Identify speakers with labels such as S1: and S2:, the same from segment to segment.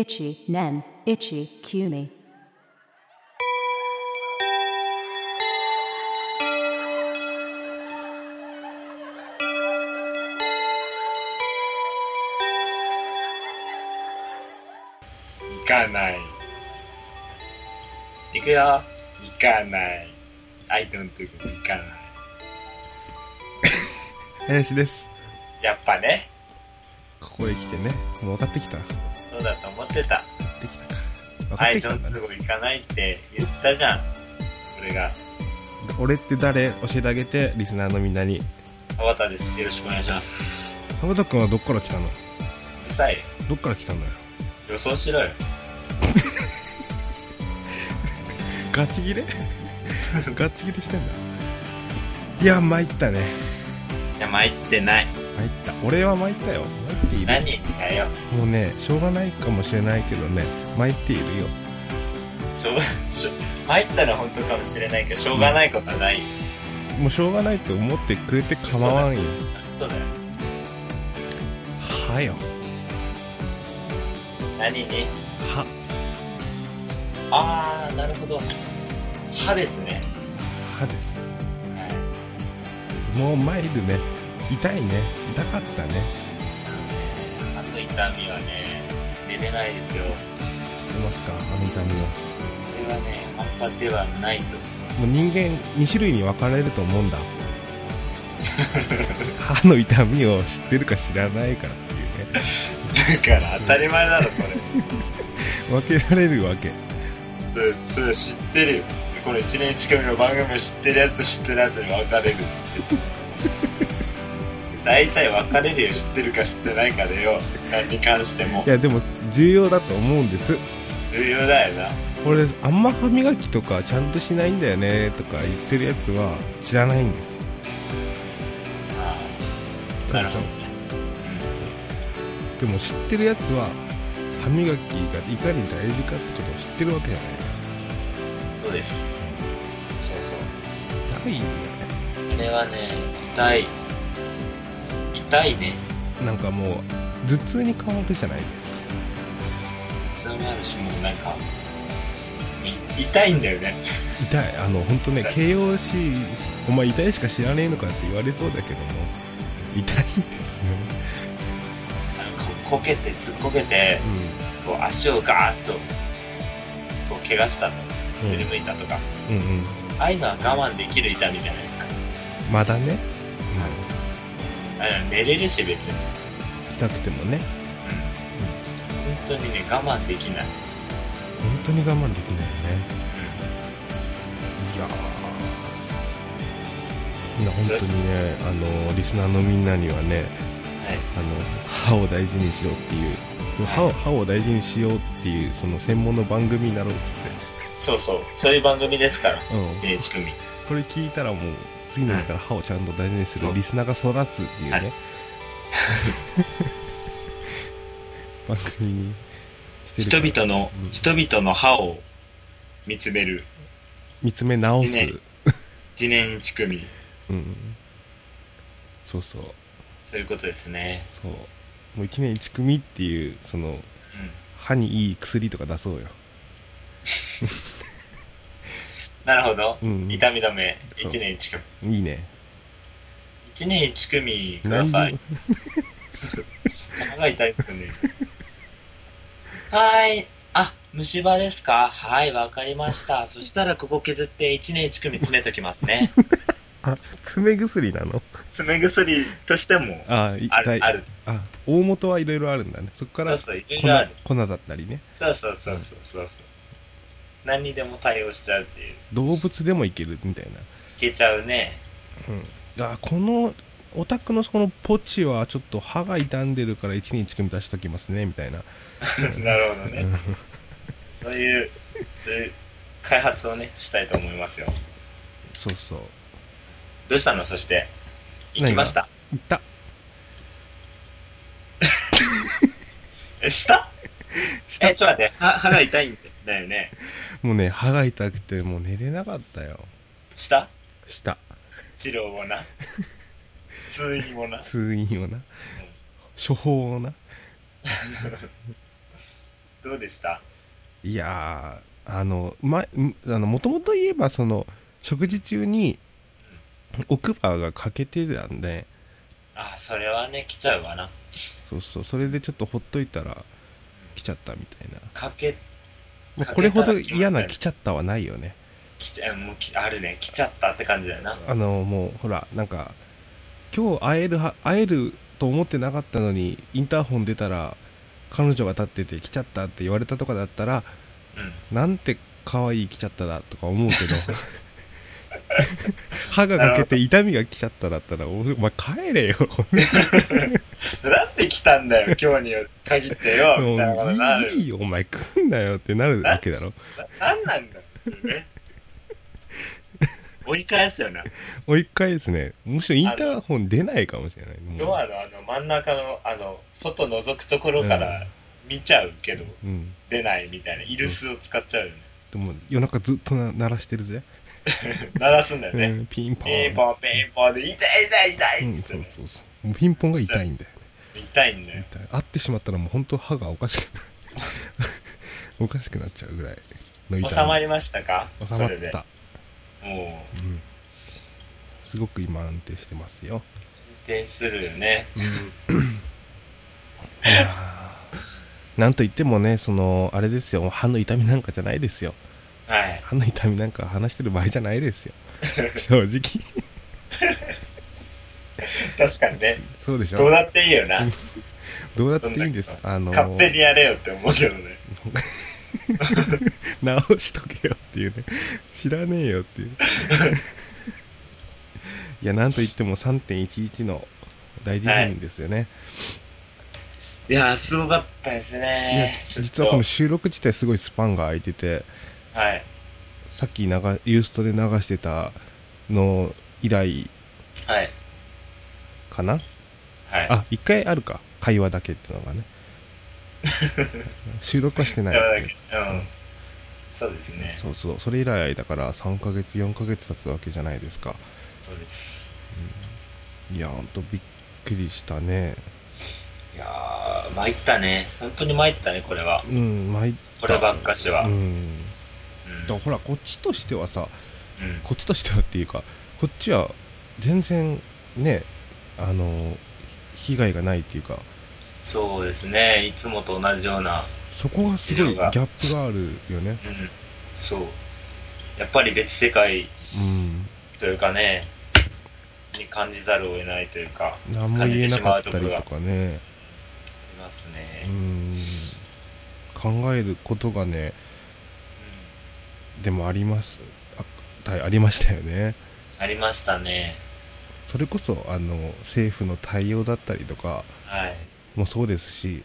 S1: itchy nen itchy cumi
S2: 行かない
S3: 行くよ。
S2: 行かない I don't go 行かない
S4: 林です
S2: やっぱね
S4: ここへ来てねもう分かってきた分か
S3: そうだと思ってた。
S4: ってきたか分かっ
S2: I
S4: てきたん
S2: don't
S4: だね
S2: go 行かないって言ったじゃん俺が
S4: 俺って誰教えてあげてリスナーのみんなに
S2: 田畑ですよろしくお願いします
S4: 浜田君はどっから来たの
S2: うるさいよ
S4: どっから来たのよ
S2: 予想しろよ
S4: ガ チギレガチギレしてんだいや参ったね
S2: いや参ってない
S4: 参った俺は参ったよ参っている
S2: 何だよ
S4: もうねしょうがないかもしれないけどね参っているよ
S2: しょうしょ参ったら本当かもしれないけどしょうがないことはないよ
S4: もうしょうがないと思ってくれて構わんよ
S2: そうだよ
S4: はよ
S2: 何に
S4: は
S2: ああなるほど歯ですね
S4: はです
S2: はい
S4: もう参るね痛いね痛かったね
S2: 歯の痛みはね寝れないですよ
S4: 知ってますかあの痛みは
S2: これはね半端ではないと
S4: もう人間2種類に分かれると思うんだ歯の痛みを知ってるか知らないかっていうね
S2: だから当たり前だろそれ
S4: 分けられるわけ
S2: そうそう知ってるよこの1年近くの番組を知ってるやつと知ってるやつに分かれるって 大体分かれるよ知ってるか知ってないかでよ何に関しても
S4: いやでも重要だと思うんです
S2: 重要だよな
S4: 俺あんま歯磨きとかちゃんとしないんだよねとか言ってるやつは知らないんです
S2: ああなるほどね
S4: でも知ってるやつは歯磨きがいかに大事かってことを知ってるわけじゃないですか
S2: うんそうですそうそう
S4: 痛いんだよ
S2: あれはね痛い痛いね
S4: ねなんかもう頭痛に変わるじゃないですか
S2: 頭痛もあるしもうなんかい痛いんだよね
S4: 痛いあの本当ね
S2: 痛い
S4: 形容詞お前痛いしか知らねえのかって言われそうだけども痛いんですね
S2: あのここけて突っこけて
S4: う
S2: こう足をガーッとこう怪我したの
S4: ん、
S2: すりむいたとか、
S4: うん、うんうん
S2: ああいうのは我慢できる痛みじゃないですか
S4: まだね、
S2: あれは寝れるし別に
S4: うん、痛くてもね
S2: 本当にね我慢できない、
S4: 本当に我慢できないよねいやーいや本当にねあのリスナーのみんなには
S2: は
S4: ね
S2: い
S4: あの歯を大事にしようっていうその歯を歯を大事にしようっていうその専門の番組になろうっつっ
S2: そうそうそういう番組ですから
S4: て、うん、
S2: NH 組
S4: これ聞いたらもう次の日から歯をちゃんと大事にす
S2: そ
S4: る
S2: う
S4: リスナーが育つっていう
S2: はい
S4: ね 番組にしてるか
S2: 人
S4: ら
S2: 々の、
S4: うん
S2: 人々の歯を見つめる
S4: 見つめ直す、
S2: ね一年一組
S4: うん、そうそう
S2: そういうことですね
S4: そうもう1年1組っていうそ
S2: う
S4: の
S2: ん
S4: 歯にいい薬とか出そうよ、
S2: なるほど、
S4: うん、
S2: 痛み止め
S4: そう
S2: 一年一組
S4: いいね
S2: 一年一組ください
S4: 何
S2: 歯が痛いですね。 はい。あ、虫歯ですかはい、わかりま した。そしたらここ削って1年1組詰めときますね。
S4: あ爪薬なの
S2: 爪薬としても
S4: あい
S2: ある、
S4: 大
S2: ある。
S4: あ大元はいろいろあるんだねそこか
S2: そう
S4: ら
S2: そう、いろい
S4: 粉
S2: ろある。
S4: 粉だったりね
S2: そうそうそうそうそうそう。何にでも対応しちゃうっていう。い
S4: 動物でもいけるみたいな
S2: けちゃうね。
S4: うん、あこのオタクのこのポチはちょっと歯が傷んでるから1日組み出しときますねみたいな、
S2: なるほど
S4: う
S2: ね。
S4: ん
S2: そういう、そういう開発をね、したいと思いますよ。
S4: そうそう
S2: どうしたのそして。行きました。
S4: いった
S2: え、した
S4: した
S2: え、ちょっと待って。歯歯が痛いんだよね。
S4: もうね歯が痛くてもう寝れなかったよ
S2: した
S4: した
S2: 治療をな通院をな
S4: 通院をな処方をな
S2: どうでした
S4: いやーあの、ま、んあの元々言えばその食事中に奥歯が欠けてたんで
S2: あーそれはね、来ちゃうわな。
S4: そうそうそれでちょっとほっといたら来ちゃったみたいな、
S2: かけ、
S4: まあ
S2: かけたら
S4: これほど嫌な
S2: 来ま
S4: 来ちゃったはないよね
S2: 来ちゃもうきあるね、来ちゃったって感じだよな。
S4: あのもうほらなんか今日会えるは会えると思ってなかったのにインターホン出たら彼女が立ってて来ちゃったって言われたとかだったら
S2: うん。
S4: なんて可愛い来ちゃっただとか思うけど 歯が欠けて痛みが来ちゃっただったらおお前帰れよ
S2: なんで来たんだよ、今日に限ってよ、みたいなことにな
S4: もう
S2: る。
S4: いいよお前来んなよってなるわけだろ
S2: ななんなんだっていう ね。追い返すよな。
S4: もう一回ですねむしろインターホン出ないかもしれないもう
S2: ドアのあの真ん中の、あの、外覗くところから見ちゃうけど、
S4: うん
S2: 出ないみたいな、イルスを使っちゃうよね。
S4: でも夜中ずっとな鳴らしてるぜ、
S2: 鳴らすんだよね。
S4: うん、ピンポン
S2: ピンポンピンポンで、痛い痛い痛
S4: う
S2: いっ
S4: ん、
S2: つって
S4: そう
S2: ね、
S4: そうそうもうピンポンが痛いんだよね
S2: 痛いんだよ。
S4: 痛い会ってしまったらもう本当歯がおかしくおかしくなっちゃうぐらいの痛み
S2: 収まりましたか
S4: 収ま
S2: そ
S4: っ
S2: れで。
S4: た、
S2: もう、
S4: うん、すごく今安定してますよ
S2: 安定するよね。
S4: いやーなんといってもねそのあれですよ歯の痛みなんかじゃないですよ
S2: はい。
S4: 歯の痛みなんか話してる場合じゃないですよ正 直
S2: 確かにね。
S4: そうでしょ
S2: どうだっていいよな。
S4: どうだっていいんですあの
S2: 勝手にやれよって思うけどね。
S4: 直しとけよっていうね知らねえ よっていういやなんといっても3.11の大地震ですよね、
S2: いやー、すごかったです
S4: い、や
S2: ね。ちょっと
S4: 実はこの収録自体すごいスパンが空いてて
S2: はい。
S4: さっき流ユーストで流してたの以来
S2: はい。
S4: かな
S2: はい。
S4: あ一回あるか会話だけっていうの がね収録はしてない
S2: でもだけど、う
S4: うん
S2: ん。そうですね。
S4: そうそうそれ以来だから3ヶ月4ヶ月経つわけじゃないですか
S2: そうです。
S4: いやほんとびっくりしたね
S2: いやー、参ったね。本当に参ったね、これは。
S4: うんまい
S2: こればっかしは。
S4: う
S2: うん
S4: んだからほらこっちとしてはさ
S2: うん
S4: こっちとしてはっていうかこっちは全然ねあの被害がないっていうか
S2: そうですね。いつもと同じような。
S4: そこがすごいギャップがあるよね
S2: うん。そう。やっぱり別世界
S4: うん
S2: というかね、に感じざるを得ないというか、
S4: 何も言えなかったりとかね
S2: いますね。
S4: う
S2: うん
S4: ん考えることがねでもありますあたありましたよね
S2: ありましたね。
S4: それこそあの政府の対応だったりとか
S2: はい。
S4: もそうですし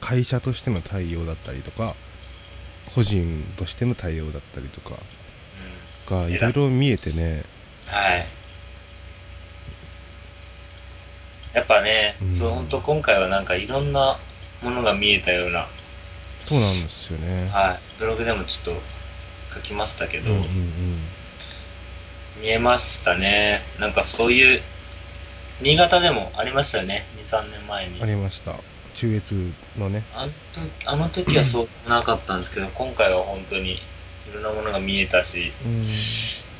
S4: 会社としての対応だったりとか個人としての対応だったりとか
S2: う
S4: がいろいろ見えてね
S2: ん。はい。やっぱね、
S4: うん
S2: そう、本当今回はなんかいろんなものが見えたような、
S4: そうなんですよね。
S2: はい。ブログでもちょっと書きましたけ
S4: うん
S2: ど、
S4: うんうん
S2: 見えましたね。なんかそういう、新潟でもありましたよね、2、3年前に。
S4: ありました中越のね
S2: あの時あの時はそうなかったんですけ ど、今回は本当にいろんなものが見えたし、
S4: うん
S2: い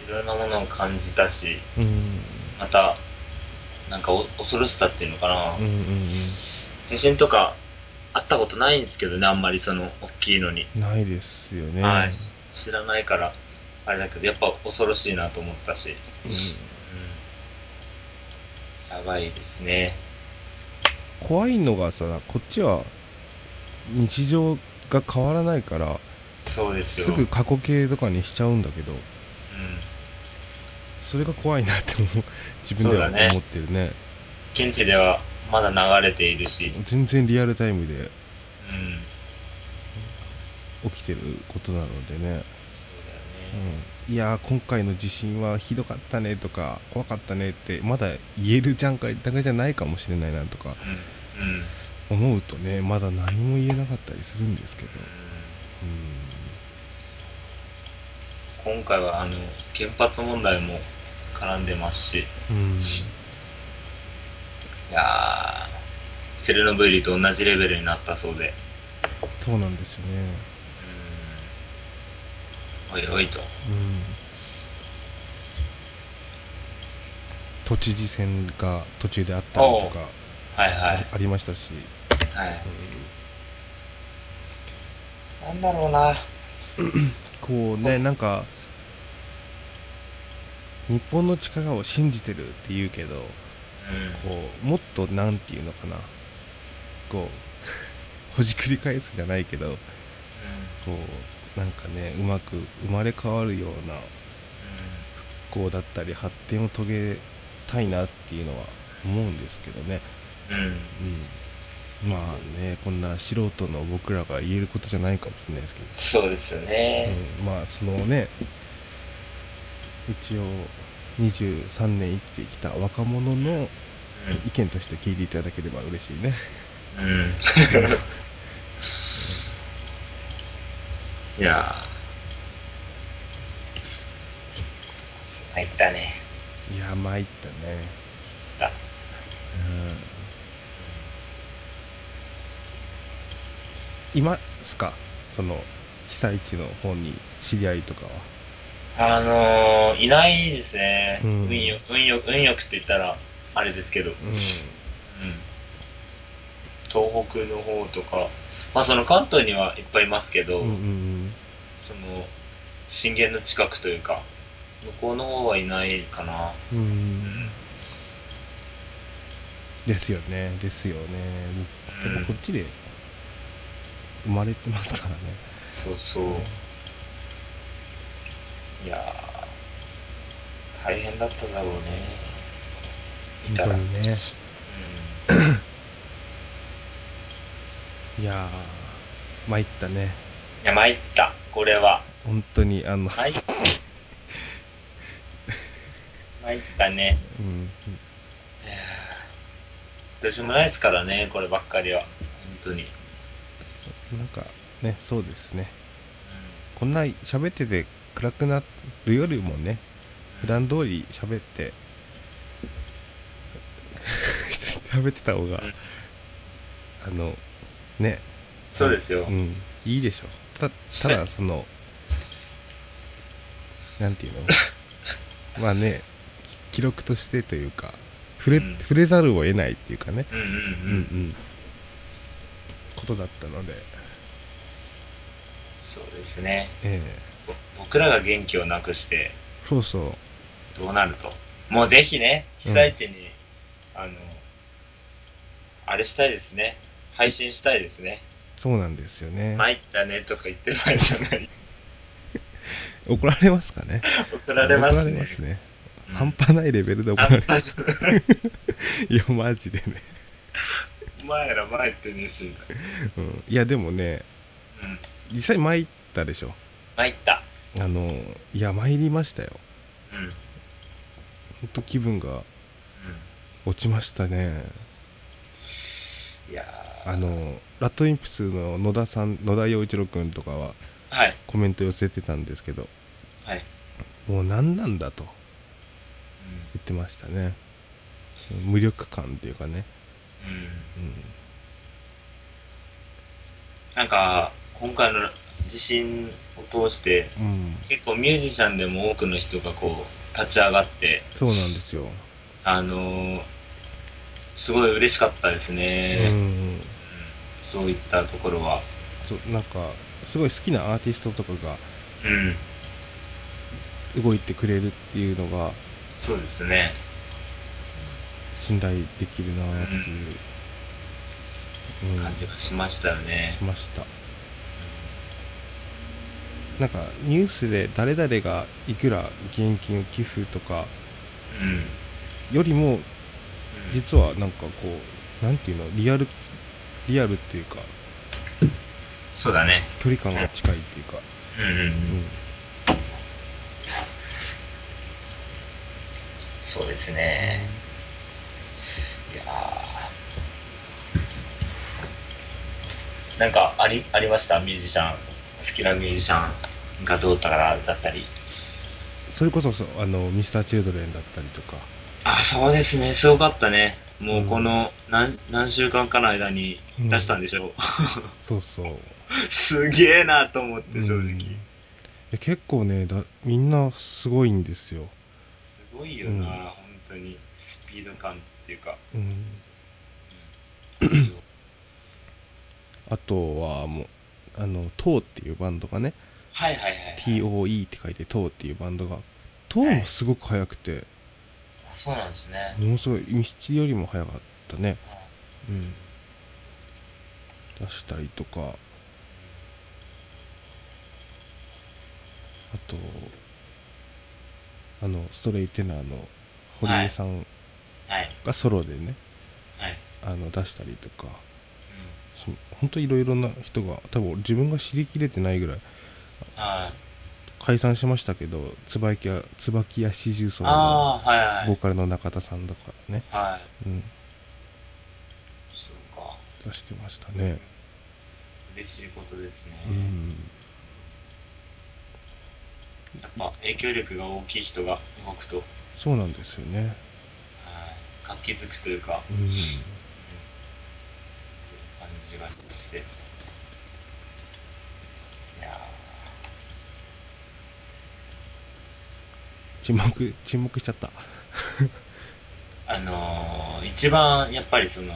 S2: ろんなものを感じたし、
S4: うん
S2: また、なんかお恐ろしさっていうのかな、
S4: うんうん
S2: 地震とかあったことないんですけどね、あんまりその大きいのに。
S4: うんないですよね。
S2: はい、し知らないから、あれだけど、やっぱ恐ろしいなと思ったし、
S4: うん
S2: うん、やばいですね。
S4: 怖いのがさこっちは日常が変わらないから
S2: そうですよ。
S4: すぐ過去形とかにしちゃうんだけど
S2: うん
S4: それが怖いなって思う自分では
S2: そうだね
S4: 思ってるね
S2: 現地ではまだ流れているし、
S4: 全然リアルタイムで
S2: うん、
S4: 起きてることなので
S2: そ
S4: ね、
S2: うだよね。
S4: うん、いやー今回の地震はひどかったねとか怖かったねってまだ言えるじゃんかだけじゃないかもしれないなとか
S2: うんうん
S4: 思うとねまだ何も言えなかったりするんですけど、
S2: 今回はあの原発問題も絡んでますし
S4: うんう
S2: い
S4: ん、
S2: やーチェルノブイリと同じレベルになったそうで
S4: そうなんですよね
S2: うんおいおいと。
S4: うん都知事選が途中であったりとか
S2: はいは
S4: あ
S2: い。
S4: ありましたし、
S2: はい。
S4: う
S2: なんだろうな。
S4: んこうねなんか日本の力を信じてるって言うけど
S2: うん。
S4: こうもっとなんていうのかなこう ほじくり返すじゃないけどこうなんかねうまく生まれ変わるような復興だったり発展を遂げたいなっていうのは思うんですけどね、
S2: うん。うん。
S4: うん、まあねこんな素人の僕らが言えることじゃないかもしれないですけど
S2: そうですよね。
S4: うん、まあそのね一応23年生きてきた若者の意見として聞いていただければ嬉しいね
S2: うん。うん。いやー。入ったね。
S4: いや参ったね
S2: だ
S4: うんいますかその被災地の方に知り合いとかは
S2: あのー、いないですね。
S4: うん
S2: 運よ、運よ、運よくって言ったら、あれですけど。うん。
S4: うん
S2: 東北の方とか、まあその関東にはいっぱいいますけど、
S4: うんうん
S2: その、震源の近くというか、向こうの方はいないかな。
S4: うんうん
S2: うん。
S4: ですよねですよねでもこっちで生まれてますからね
S2: そうそう。いやー、大変だっただろうね。いた
S4: 本
S2: ら。
S4: 当
S2: うん。
S4: にねいやー参ったね
S2: いや、参った。これは。
S4: 本当にあの、
S2: 参っ参ったね。
S4: うん、
S2: いやーどうしようもないですからね、こればっかりは。本当に。うん
S4: なんかねそうですねこんな喋ってて暗くなるよりもね普段通り喋って 喋ってた方が
S2: うん
S4: あのね
S2: そうですよ。
S4: うん、いいでしょたただそのなんていうのまあね記録としてというか触れ,、
S2: うん
S4: 触れざるを得ないっていうかね、
S2: うんうん
S4: うん
S2: うん。
S4: うん、ことだったので、
S2: そうですね。
S4: え
S2: ぼ僕らが元気をなくして、
S4: えそうそう
S2: どうなると。もうぜひね、被災地に、あの、あれしたいですね。配信したいですね。
S4: そうなんですよね、
S2: 参ったねとか言ってる場合じゃ ない。
S4: 怒られますかね
S2: 怒られますね。
S4: 怒られますね、
S2: うん
S4: 半端ないレベルで怒ら
S2: 半
S4: れる
S2: 端じゃない。
S4: いやマジでね、
S2: お前ら参ってねえし、みたい
S4: うん、いやでもね
S2: な。うん。
S4: 実際参ったでしょ
S2: 参った。
S4: あのいや参りましたよ
S2: うん。うん。
S4: ほんと気分が落ちました
S2: い
S4: ね
S2: やー
S4: あのラットインプスの野田さん野田陽一郎君とかは
S2: はい。
S4: コメント寄せてたんですけど
S2: はい。
S4: もう何なんだと
S2: うん
S4: 言ってましたね無力感っていうかね、
S2: うん
S4: うん、
S2: なんか今回の地震を通して
S4: うん、
S2: 結構ミュージシャンでも多くの人がこう立ち上がって
S4: そうなんですよ、
S2: あのーすごい嬉しかったですね、
S4: う
S2: うん
S4: ん
S2: そういったところは
S4: そうなんかすごい好きなアーティストとかが
S2: うん
S4: 動いてくれるっていうのが
S2: そうですね
S4: 信頼できるなっていう、うん
S2: 感じがしましたよね
S4: しましたなんかニュースで誰々がいくら現金を寄付とか
S2: うん、うん
S4: よりも実はなんかこうなんていうのリアルリアルっていうか
S2: そうだね
S4: 距離感が近いっていうか、
S2: うんうん、うん
S4: う、ん、
S2: そうですねいやーなんかありありましたミュージシャン好きなミュージシャンがどうだからだったり
S4: それこそそうあのミスターチルドレンだったりとか
S2: あそうですねすごかったねもうこの何,、何週間かの間に
S4: うん
S2: 出したんでしょう、
S4: そうそう
S2: すげえなと思って正直、
S4: うんいや結構ねだみんなすごいんですよ、
S2: すごいよな、
S4: うん
S2: 本当にスピード感っていう か
S4: うん、あとはもうあの TOE っていうバンドがね
S2: はいはいはいはい、
S4: TOE って書いて TOE っていうバンドが TOE もすごく速くて
S2: あそうなんですね、
S4: ものすごいミスチルよりも速かったねうん出したりとかあとあのストレイテナーの堀江さん
S2: はい
S4: がソロでね、
S2: はい、
S4: あの出したりとかし本当いろいろな人が多分自分が知りきれてないぐらい
S2: うん、はい
S4: 解散しましたけど椿屋椿屋四重奏の
S2: ああーはいは
S4: ボ
S2: い
S4: ーカルの中田さんだからね、
S2: はい
S4: うん、
S2: そうか
S4: 出してましたね
S2: 嬉しいことですね、
S4: うん
S2: やっぱ影響力が大きい人が動くと、はい、
S4: そうなんですよね
S2: 活気づくというか、
S4: うん
S2: 感じがしていや
S4: 沈黙沈黙しちゃった
S2: ーあのー、一番やっぱりその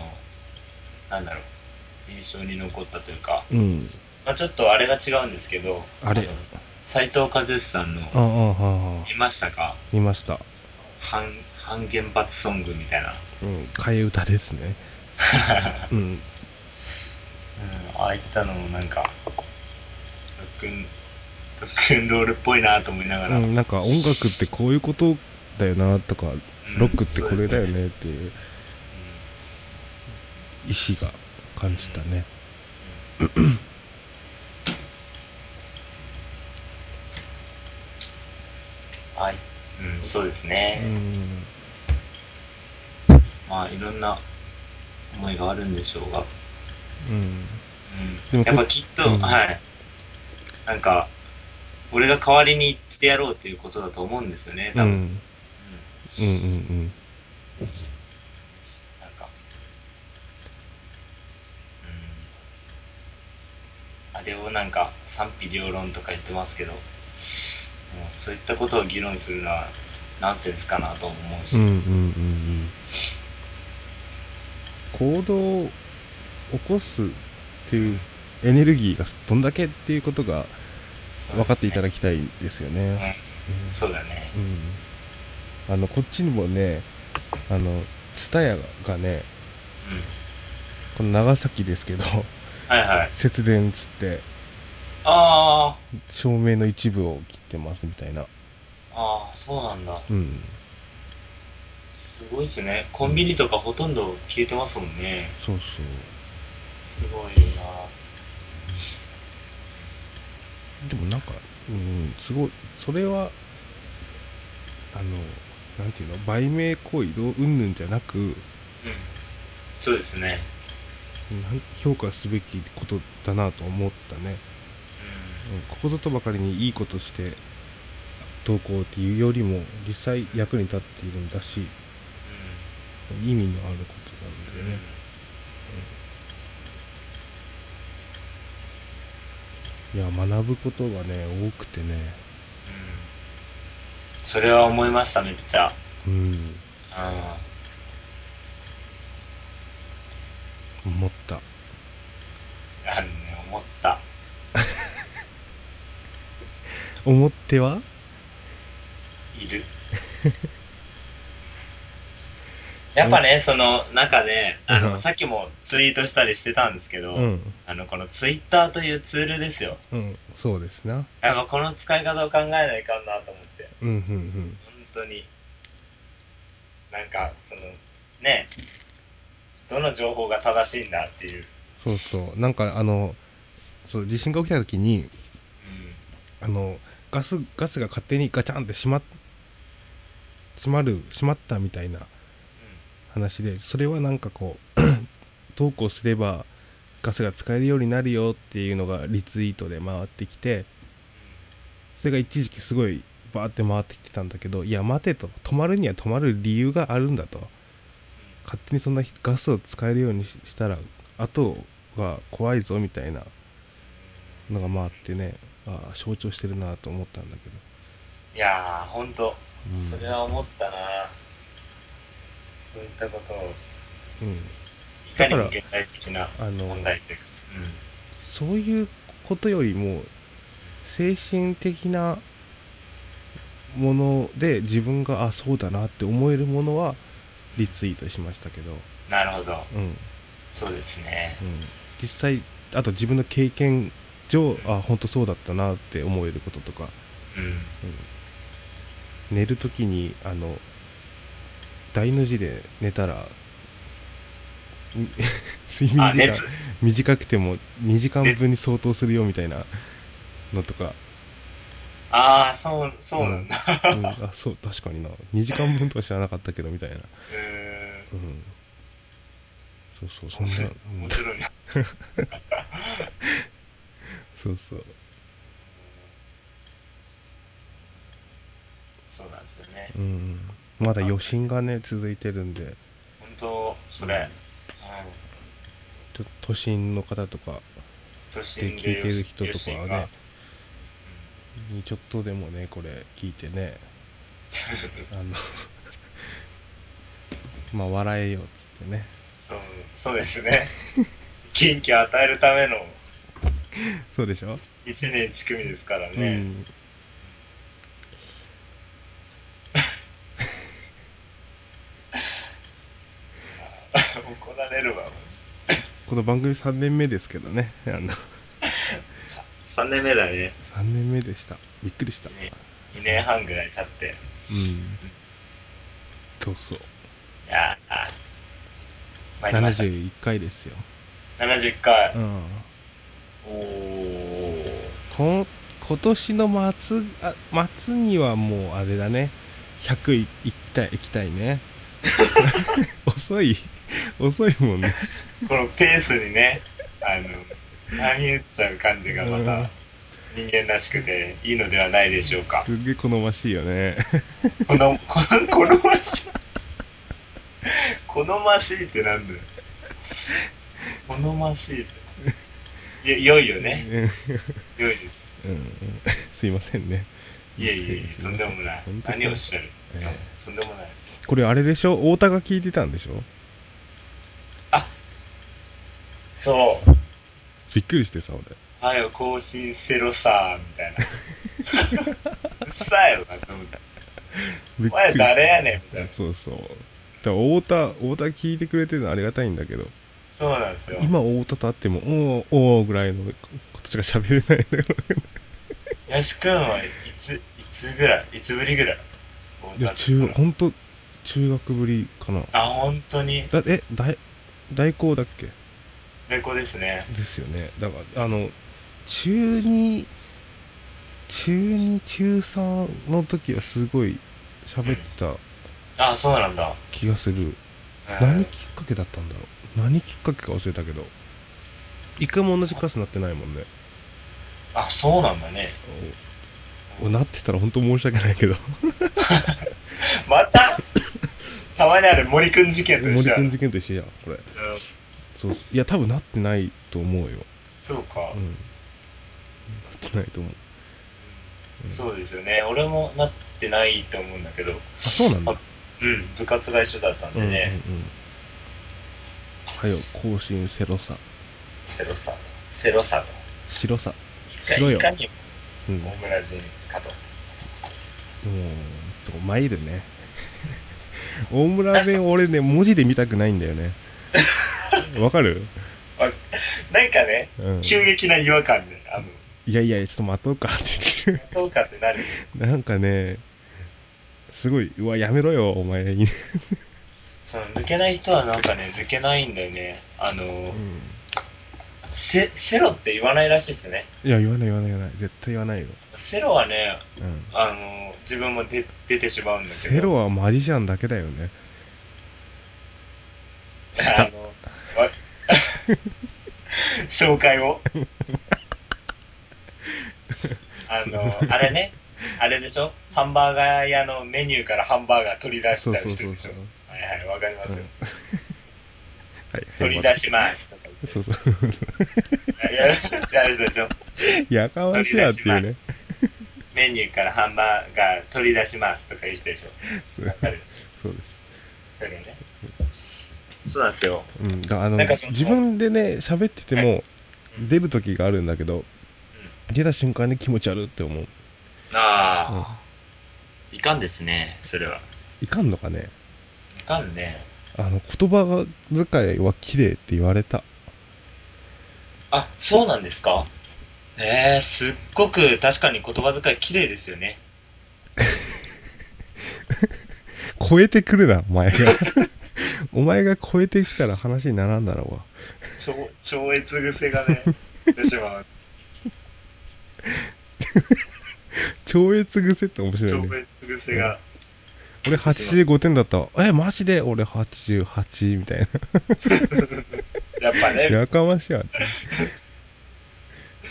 S2: なんだろう印象に残ったというか、
S4: うん
S2: まあ、ちょっとあれが違うんですけど
S4: あれ
S2: 斎藤和義さんの
S4: あああああ
S2: 見ましたか
S4: 見ました
S2: 反反原発ソングみたいな、
S4: うん替え歌です ねうん
S2: うん、ああいったのもなんかロックンロックンロールっぽいなと思いながら、
S4: うん、なんか音楽ってこういうことだよなとか
S2: うん
S4: ロックってこれだ
S2: そ
S4: よ
S2: うです
S4: ねっていう意思が感じたね
S2: うんはい、うん、そうですね
S4: う、ん
S2: まあいろんな思いがあるんでしょうが、
S4: うん
S2: う
S4: で
S2: ん、
S4: も
S2: やっぱきっと、
S4: うん
S2: はいなんか俺が代わりに言ってやろうっていうことだと思うんですよね
S4: うん
S2: 多
S4: うん
S2: 分、うん
S4: うん
S2: なんか、うん、あれをなんか賛否両論とか言ってますけど、もうそういったことを議論するのはナンセンスかなと思う
S4: う
S2: し、
S4: んう
S2: うんん、
S4: うんうん行動を起こすっていうエネルギーがどんだけっていうことが分かっていただきたいですよね。うん
S2: そうだね。
S4: うんあのこっちにもねあの蔦屋がね
S2: うん。
S4: この長崎ですけど
S2: はいはい。
S4: 節電っつって
S2: あ
S4: 照明の一部を切ってますみたいな、
S2: あ、ああ、そうなんだ。
S4: うん、
S2: すごいですね。コンビニとかほとんど消えてますもんね。
S4: そうそう
S2: すごいな。
S4: でもなんか、うん、すごいそれはあのなんていうの売名行為どううんぬんじゃなく
S2: うん。そうですね。
S4: なん評価すべきことだなと思ったね、うん、ここぞとばかりにいいことしてどうこうっていうよりも実際役に立っているんだし意味のあること
S2: うん。うんん。
S4: なでね、いや学ぶことがね多くてね
S2: うんそれは思いましためっちゃ
S4: うん
S2: う
S4: 思った
S2: んあのね思った
S4: 思ってはい
S2: るやっぱねその中であ
S4: う
S2: の
S4: ん
S2: さっきもツイートしたりしてたんですけど、
S4: うん
S2: あのこのツイッターというツールですよ
S4: うんそうですな
S2: やっぱこの使い方を考えないかんなと思って
S4: うんうん
S2: 本当になんかそのねどの情報が正しいんだっていう、
S4: うんそうそうなんかあのそう地震が起きた時にあのガスガスが勝手にガチャンって閉まっ閉まる閉まったみたいな話でそれはなんかこう 投稿すればガスが使えるようになるよっていうのがリツイートで回ってきてそれが一時期すごいバーって回ってきてたんだけどいや待てと止まるには止まる理由があるんだと勝手にそんなガスを使えるようにししたら後が怖いぞみたいなのがまああってねああ象徴してるなと思ったんだけど、
S2: いやー、ほんと、
S4: うん、
S2: それは思ったな、そういったことを、
S4: うん、
S2: いかに
S4: だ
S2: も
S4: から
S2: 現代的な
S4: あの
S2: 問題というか、
S4: そういうことよりも精神的なもので自分があそうだなって思えるものはリツイートしましたけど、
S2: うん、なるほど、
S4: うんうん、
S2: そうですね。
S4: 実際あと自分の経験上あ本当そうだったなって思えることとか、
S2: うん。
S4: うん、寝る時にあの大の字で寝たらん 睡
S2: あ、
S4: 眠時間
S2: 熱。
S4: 短くても2時間分に相当するよみたいなのと か、
S2: ああ、そう、そうなんだ。
S4: うんあそう確かにな2時間分とか知らなかったけどみたいな、
S2: うーん。
S4: うん、そうそうそんな、うん
S2: 面白いな。
S4: そうそう
S2: そうなんですよね。
S4: うんまだ余震がね続いてるんで
S2: 本当それ、うん、
S4: ちょっと都心の方とか
S2: 都心
S4: で聞いて
S2: で
S4: る人
S2: 余震
S4: とかは
S2: が
S4: ねにちょっとでもねこれ聞いてねあの まあ笑えよっつってね
S2: そう、そうですね。元気を与えるための
S4: そうでしょ、
S2: 一年一組ですから
S4: う
S2: ね。
S4: ん
S2: 怒られるわ、
S4: この番組3年目ですけどねあの
S2: 3年目だね。
S4: 3年目でしたびっくりした、
S2: ね2年半ぐらい経って。
S4: うんそうそう
S2: いやあ、参りました。
S4: 71回ですよ、
S2: 70回。
S4: うん、
S2: おー。
S4: こ今年の末あ末にはもうあれだね100いいったい行きた いね遅い遅いもんね
S2: このペースにね、あの、波打っちゃう感じがま
S4: うん
S2: た人間らしくていいのではないでしょうか。
S4: すっげえ好ましいよね
S2: この、この、このましい。このましいってなんだよ。このましいって。いや、良いよね。良いです。
S4: うんうんすいませんね
S2: いえいえいえ、とんでもない
S4: 本。当そう
S2: 何をおっしゃる。いや
S4: え
S2: とんでもない。
S4: これあれでしょ太田が聞いてたんでしょ
S2: そう。
S4: びっくりしてさ俺
S2: はよ、更新せろさー、みたいな。うっさいよな、と思った。
S4: びっ
S2: お前
S4: した
S2: 誰やねん、みたいな。
S4: そうそうだから太田太田聞いてくれてるのありがたいんだけど
S2: そうなんですよ。
S4: 今太田と会ってもおーおーぐらいのことしか喋れないんだから
S2: ヤシ君はいつ、いつぐらいいつぶりぐらい
S4: いや中ほんと中学ぶりかな
S2: あ、本当に。
S4: だえ大大高だっけ
S2: レコですね。
S4: ですよねだからあの中2中2中3の時はすごい喋ってた
S2: あ、そうなんだ。
S4: 気がする、
S2: うん
S4: 何きっかけだったんだろう何きっかけか忘れたけど一回も同じクラスになってないもんね
S2: あ、そうなんだね。
S4: おおなってたら本当申し訳ない けど
S2: ま たたまにある森くん事件と
S4: 森
S2: 一緒や
S4: 君
S2: な
S4: 事件と一緒やこれ
S2: うん
S4: そうっすいや多分なってないと思うよ
S2: そうか
S4: う。んなってないと思ううん
S2: そうですよね。俺もなってないと思うんだけど。
S4: あそうなんだ
S2: あうん、部活が一緒だったん
S4: う
S2: で
S4: んうんうん
S2: ね。
S4: はよ更新セロさ
S2: セロさと。セロさと。
S4: 白さ
S2: いか
S4: 白よ
S2: いかに
S4: うん
S2: も
S4: も
S2: オムラジンかと。
S4: うマイルね 大村弁俺ね文字で見たくないんだ よねわかる、
S2: なんかね、
S4: うん、
S2: 急激な違和感で、あの、
S4: いやいやちょっと待とうかって言っ
S2: どうかってなる。
S4: てなんかねすごいうわやめろよお前に、
S2: その抜けない人はなんかね、抜けないんだよね。あの、
S4: うん、
S2: せ、セロって言わないらしいですね。
S4: いや言わない言わない言わない絶対言わないよ、
S2: セロはね、
S4: うん、
S2: あの、自分も出出てしまうんだけど。
S4: セロはマジシャンだけだよね
S2: あの、わ 紹介を。あの、あれね、あれでしょハンバーガー屋のメニューからハンバーガー取り出し
S4: そう
S2: ちゃう
S4: そう
S2: 人
S4: そう
S2: でし
S4: そ
S2: ょ
S4: う
S2: あはいはい、わかりますよ。
S4: はい、
S2: 取り出しますとか言って。
S4: そう そうそうそう
S2: いや、あれでしょ。
S4: やかま
S2: 取
S4: し
S2: り
S4: いわ
S2: 出
S4: って
S2: し
S4: い
S2: ま
S4: うね
S2: す。メニューからハンバーガー取り出しますとか言う人でしょ。
S4: そう
S2: わかる。
S4: そうです、
S2: それね。そうなんですよ。
S4: うん、だあの
S2: なんかその
S4: 自分でね喋ってても
S2: うん
S4: 出る時があるんだけど、出た瞬間に気持ち悪って思う
S2: ああ、いかんですね、それは。
S4: いかんのかね
S2: いかんね。
S4: あの言葉遣いは綺麗って言われた
S2: あ、そうなんですかえー、すっごく確かに言葉遣い綺麗ですよね。
S4: 超えてくるな お前がお前が超えてきたら話にならんだろうわ
S2: 超超越癖が ね、出てしまう。
S4: 超越癖って面白
S2: 超
S4: いね
S2: 越癖が。
S4: 俺85点だったわえマジで俺88みたい
S2: やっぱ
S4: な
S2: ね、
S4: やかましいわ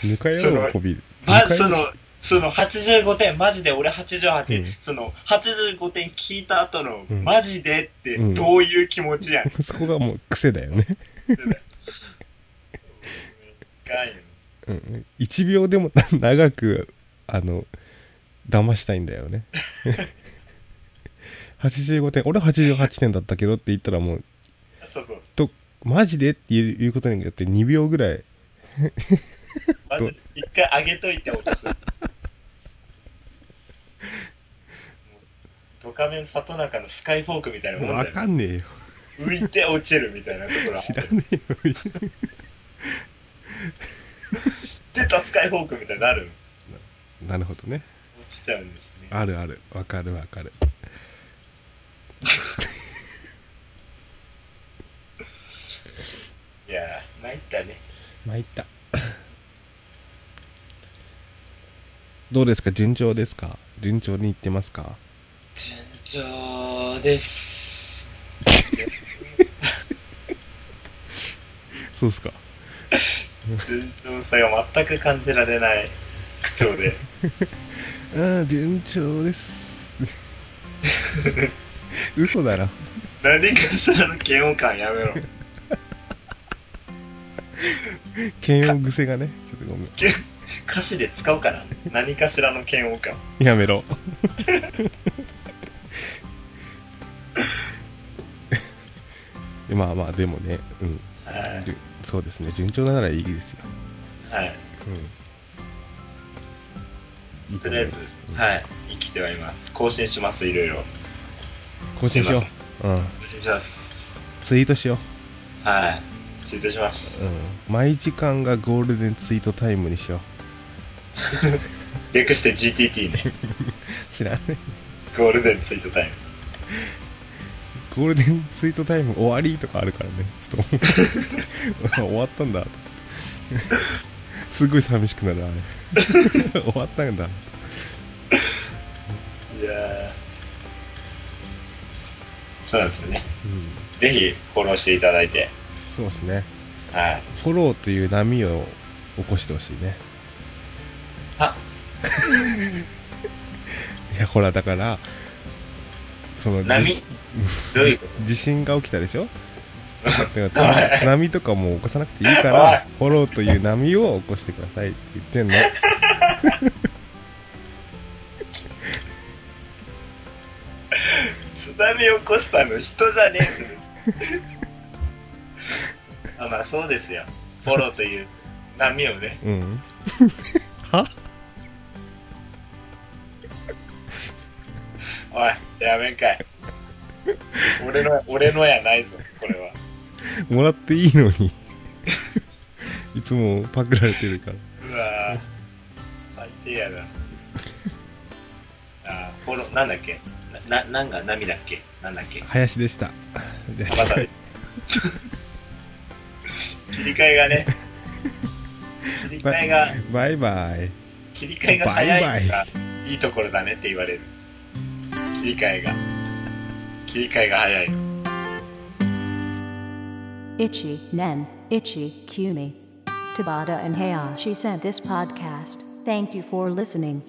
S4: ぬか喜び
S2: ま
S4: ぬか
S2: その、その85点、マジで俺88、
S4: うん
S2: その85点聞いた後の、
S4: うん
S2: マジでって
S4: うん
S2: どういう気持ちやん。
S4: そこがもう癖だよね、
S2: ガンよ
S4: うん、1秒でも長くあの騙したいんだよね 85点俺88点だったけどって言ったらもう
S2: そうそう。
S4: とマジでっていうことによって2秒ぐらい
S2: まず、一回上げといて落とす。もうドカメン里中のスカイフォークみたいなもんだ
S4: 分
S2: よ。
S4: かんねえよ
S2: 浮いて落ちるみたいなところあ
S4: 知ら
S2: る。
S4: ねえよ
S2: 出たスカイフォークみたいになる。
S4: なるほどね
S2: 落ちちゃうんですね。
S4: あるあるわかるわかる
S2: いやー、参ったね。
S4: 参った どうですか順調ですか順調にいってますか
S2: 順調です。
S4: そうですか
S2: 順調さが全く感じられない口調で。
S4: うん順調です 嘘だろ
S2: 何かしらの嫌悪感やめろ。
S4: 嫌悪癖がねちょっとごめん
S2: 歌詞で使おうかな。何かしらの嫌悪感。
S4: やめろ まあまあでもねうん
S2: はい。
S4: じゅそうですね順調ならいいですよ、
S2: はい。
S4: うん、いいと
S2: と
S4: 思
S2: り
S4: い
S2: あ
S4: ま
S2: え
S4: す
S2: ず、はい。生きてはいます。更新します、いろいろ。
S4: 更新しよ
S2: すいま
S4: う、うん、
S2: 更新します。
S4: ツイートしよ
S2: はい。ツイートしま
S4: う、
S2: す。
S4: うん、毎時間がゴールデンツイートタイムにしよう
S2: 略して GTT ね。
S4: 知らない
S2: ゴールデンツイートタイム。
S4: ゴールデンツイートタイム終わりとかあるからねちょっと 終わったんだと思ってすごい寂しくなるあ れ終わったんだ
S2: いやーそうなんですよね。
S4: うん
S2: ぜひ、フォローしていただいて。
S4: そうですね
S2: はい。
S4: フォローという波を起こしてほしいね
S2: あ
S4: いやほらだからその
S2: 波
S4: じ
S2: どういうこ
S4: 地震が起きたでしょだから 津津波とかもう起こさなくていいから
S2: は
S4: フォローという波を起こしてくださいって言ってんの
S2: と津波起こしたの人じゃねえしあまあそうですよフォローという波をね
S4: うんは
S2: おいやめんかい俺の俺のやないぞこれは
S4: もらっていいのにいつもパクられてるから
S2: うわー最低やなあーフォローなんだっけなななんが波だっけなんだっけ
S4: 林でしたじゃあ
S2: ま
S4: 次
S2: た
S4: 回
S2: 切り替えがね切り替えが
S4: バイバイ
S2: 切り替えが早いのがいいところだねって言われる切り替えが切り替えが早い
S1: Ichi Nen Ichi Kumi. Tabata and Hayashi sent this podcast. Thank you for listening.